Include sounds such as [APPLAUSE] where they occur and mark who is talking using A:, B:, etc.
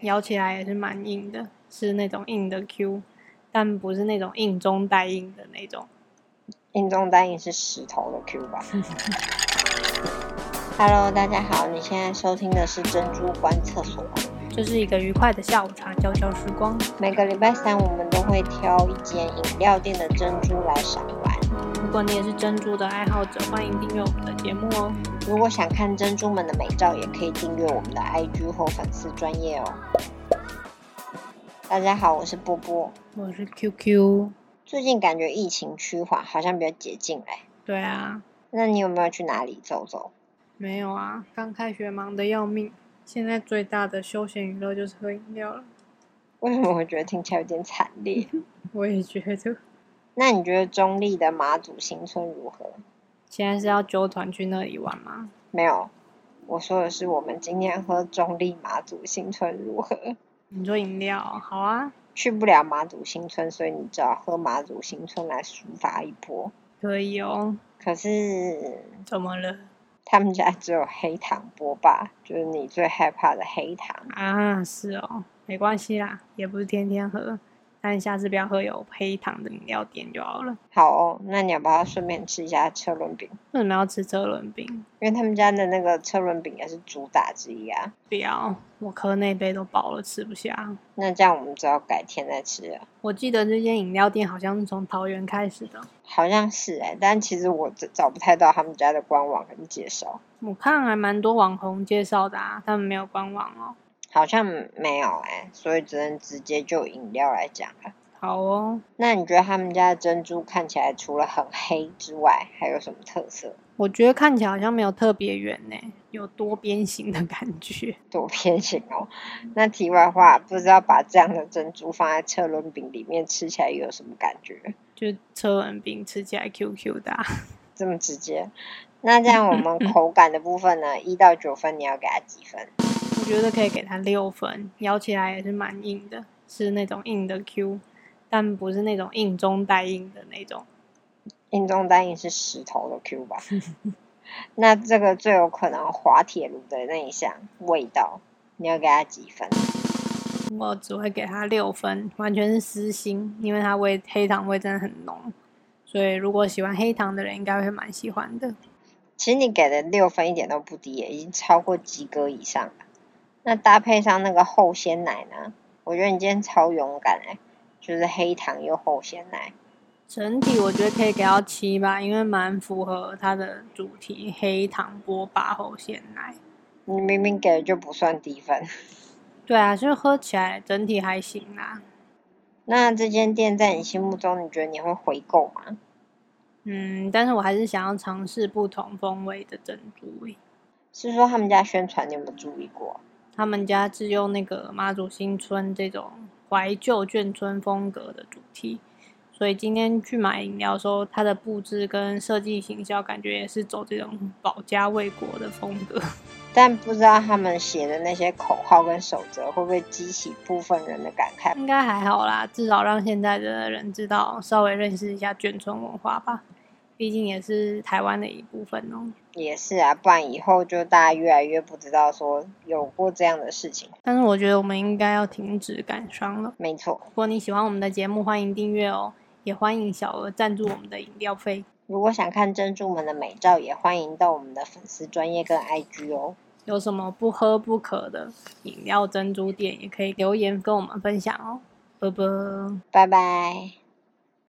A: 咬起来也是蛮硬的，是那种硬的 Q，但不是那种硬中带硬的那种。
B: 硬中单也是石头的 Q 吧。Hello，大家好，你现在收听的是珍珠观厕所。
A: 就是一个愉快的下午茶，悄悄时光。
B: 每个礼拜三我们都会挑一间饮料店的珍珠来赏玩。
A: 如果你也是珍珠的爱好者，欢迎订阅我们的节目哦。
B: 如果想看珍珠们的美照，也可以订阅我们的 IG 或粉丝专业哦。大家好，我是波波。
A: 我是 QQ，
B: 最近感觉疫情趋缓，好像比较解禁嘞。
A: 对啊，
B: 那你有没有去哪里走走？
A: 没有啊，刚开学忙得要命，现在最大的休闲娱乐就是喝饮料了。
B: 为什么我觉得听起来有点惨烈？
A: 我也觉得，
B: 那你觉得中立的马祖新村如何？
A: 现在是要揪团去那里玩吗？
B: 没有，我说的是我们今天喝中立马祖新村如何？
A: 你说饮料，好啊，
B: 去不了马祖新村，所以你只好喝马祖新村来抒发一波。
A: 可以哦。
B: 可是
A: 怎么了？
B: 他们家只有黑糖波霸，就是你最害怕的黑糖。
A: 啊，是哦，没关系啦，也不是天天喝，但下次不要喝有黑糖的饮料店就好了。
B: 好哦，那你要不要顺便吃一下车轮饼？
A: 为什么要吃车轮饼？
B: 因为他们家的那个车轮饼也是主打之一啊。
A: 不要，我喝那杯都饱了，吃不下。
B: 那这样我们只好改天再吃了。
A: 我记得这间饮料店好像是从桃园开始的，
B: 好像是哎、但其实我找找不太到他们家的官网跟介绍，
A: 我看还蛮多网红介绍的啊，他们没有官网哦。
B: 好像没有哎、所以只能直接就饮料来讲了。
A: 好哦，
B: 那你觉得他们家的珍珠看起来除了很黑之外，还有什么特色？
A: 我觉得看起来好像没有特别圆呢，有多边形的感觉。
B: 多偏心哦。那题外话，不知道把这样的珍珠放在车轮饼里面吃起来有什么感觉？
A: 就车轮饼吃起来 QQ 的啊、
B: 这么直接？那这样我们口感的部分呢？一到九分，你要给它几分？
A: 我觉得可以给它六分，咬起来也是蛮硬的，是那种硬的 Q，但不是那种硬中带硬的那种。
B: 硬中单也是石头的 Q 吧？那这个最有可能滑铁卢的那一项味道，你要给它几分？
A: 我只会给它六分，完全是私心，因为它味黑糖味真的很浓，所以如果喜欢黑糖的人应该会蛮喜欢的。
B: 其实你给的六分一点都不低耶，已经超过及格以上了。那搭配上那个厚鲜奶呢？我觉得你今天超勇敢哎，就是黑糖又厚鲜奶。
A: 整体我觉得可以给到七吧，因为蛮符合它的主题——黑糖波霸后鲜奶。
B: 你明明给的就不算低分。
A: 对啊，就是喝起来整体还行啊啦。
B: 那这间店在你心目中，你觉得你会回购吗？
A: 嗯，但是我还是想要尝试不同风味的珍珠诶。
B: 是说他们家宣传你有没有注意过？
A: 他们家是用那个妈祖新村这种怀旧眷村风格的主题，所以今天去买饮料的时候，它的布置跟设计行销感觉也是走这种保家卫国的风格。 [LAUGHS]
B: 但不知道他们写的那些口号跟守则会不会激起部分人的感慨？
A: 应该还好啦，至少让现在的人知道，稍微认识一下眷村文化吧，毕竟也是台湾的一部分哦、
B: 也是啊，不然以后就大家越来越不知道说有过这样的事情。
A: 但是我觉得我们应该要停止感伤了。
B: 没错。
A: 如果你喜欢我们的节目，欢迎订阅哦，也欢迎小额赞助我们的饮料费。
B: 如果想看珍珠们的美照，也欢迎到我们的粉丝专业跟 IG 哦。
A: 有什么不喝不可的饮料珍珠店，也可以留言跟我们分享哦。拜拜。
B: 拜拜。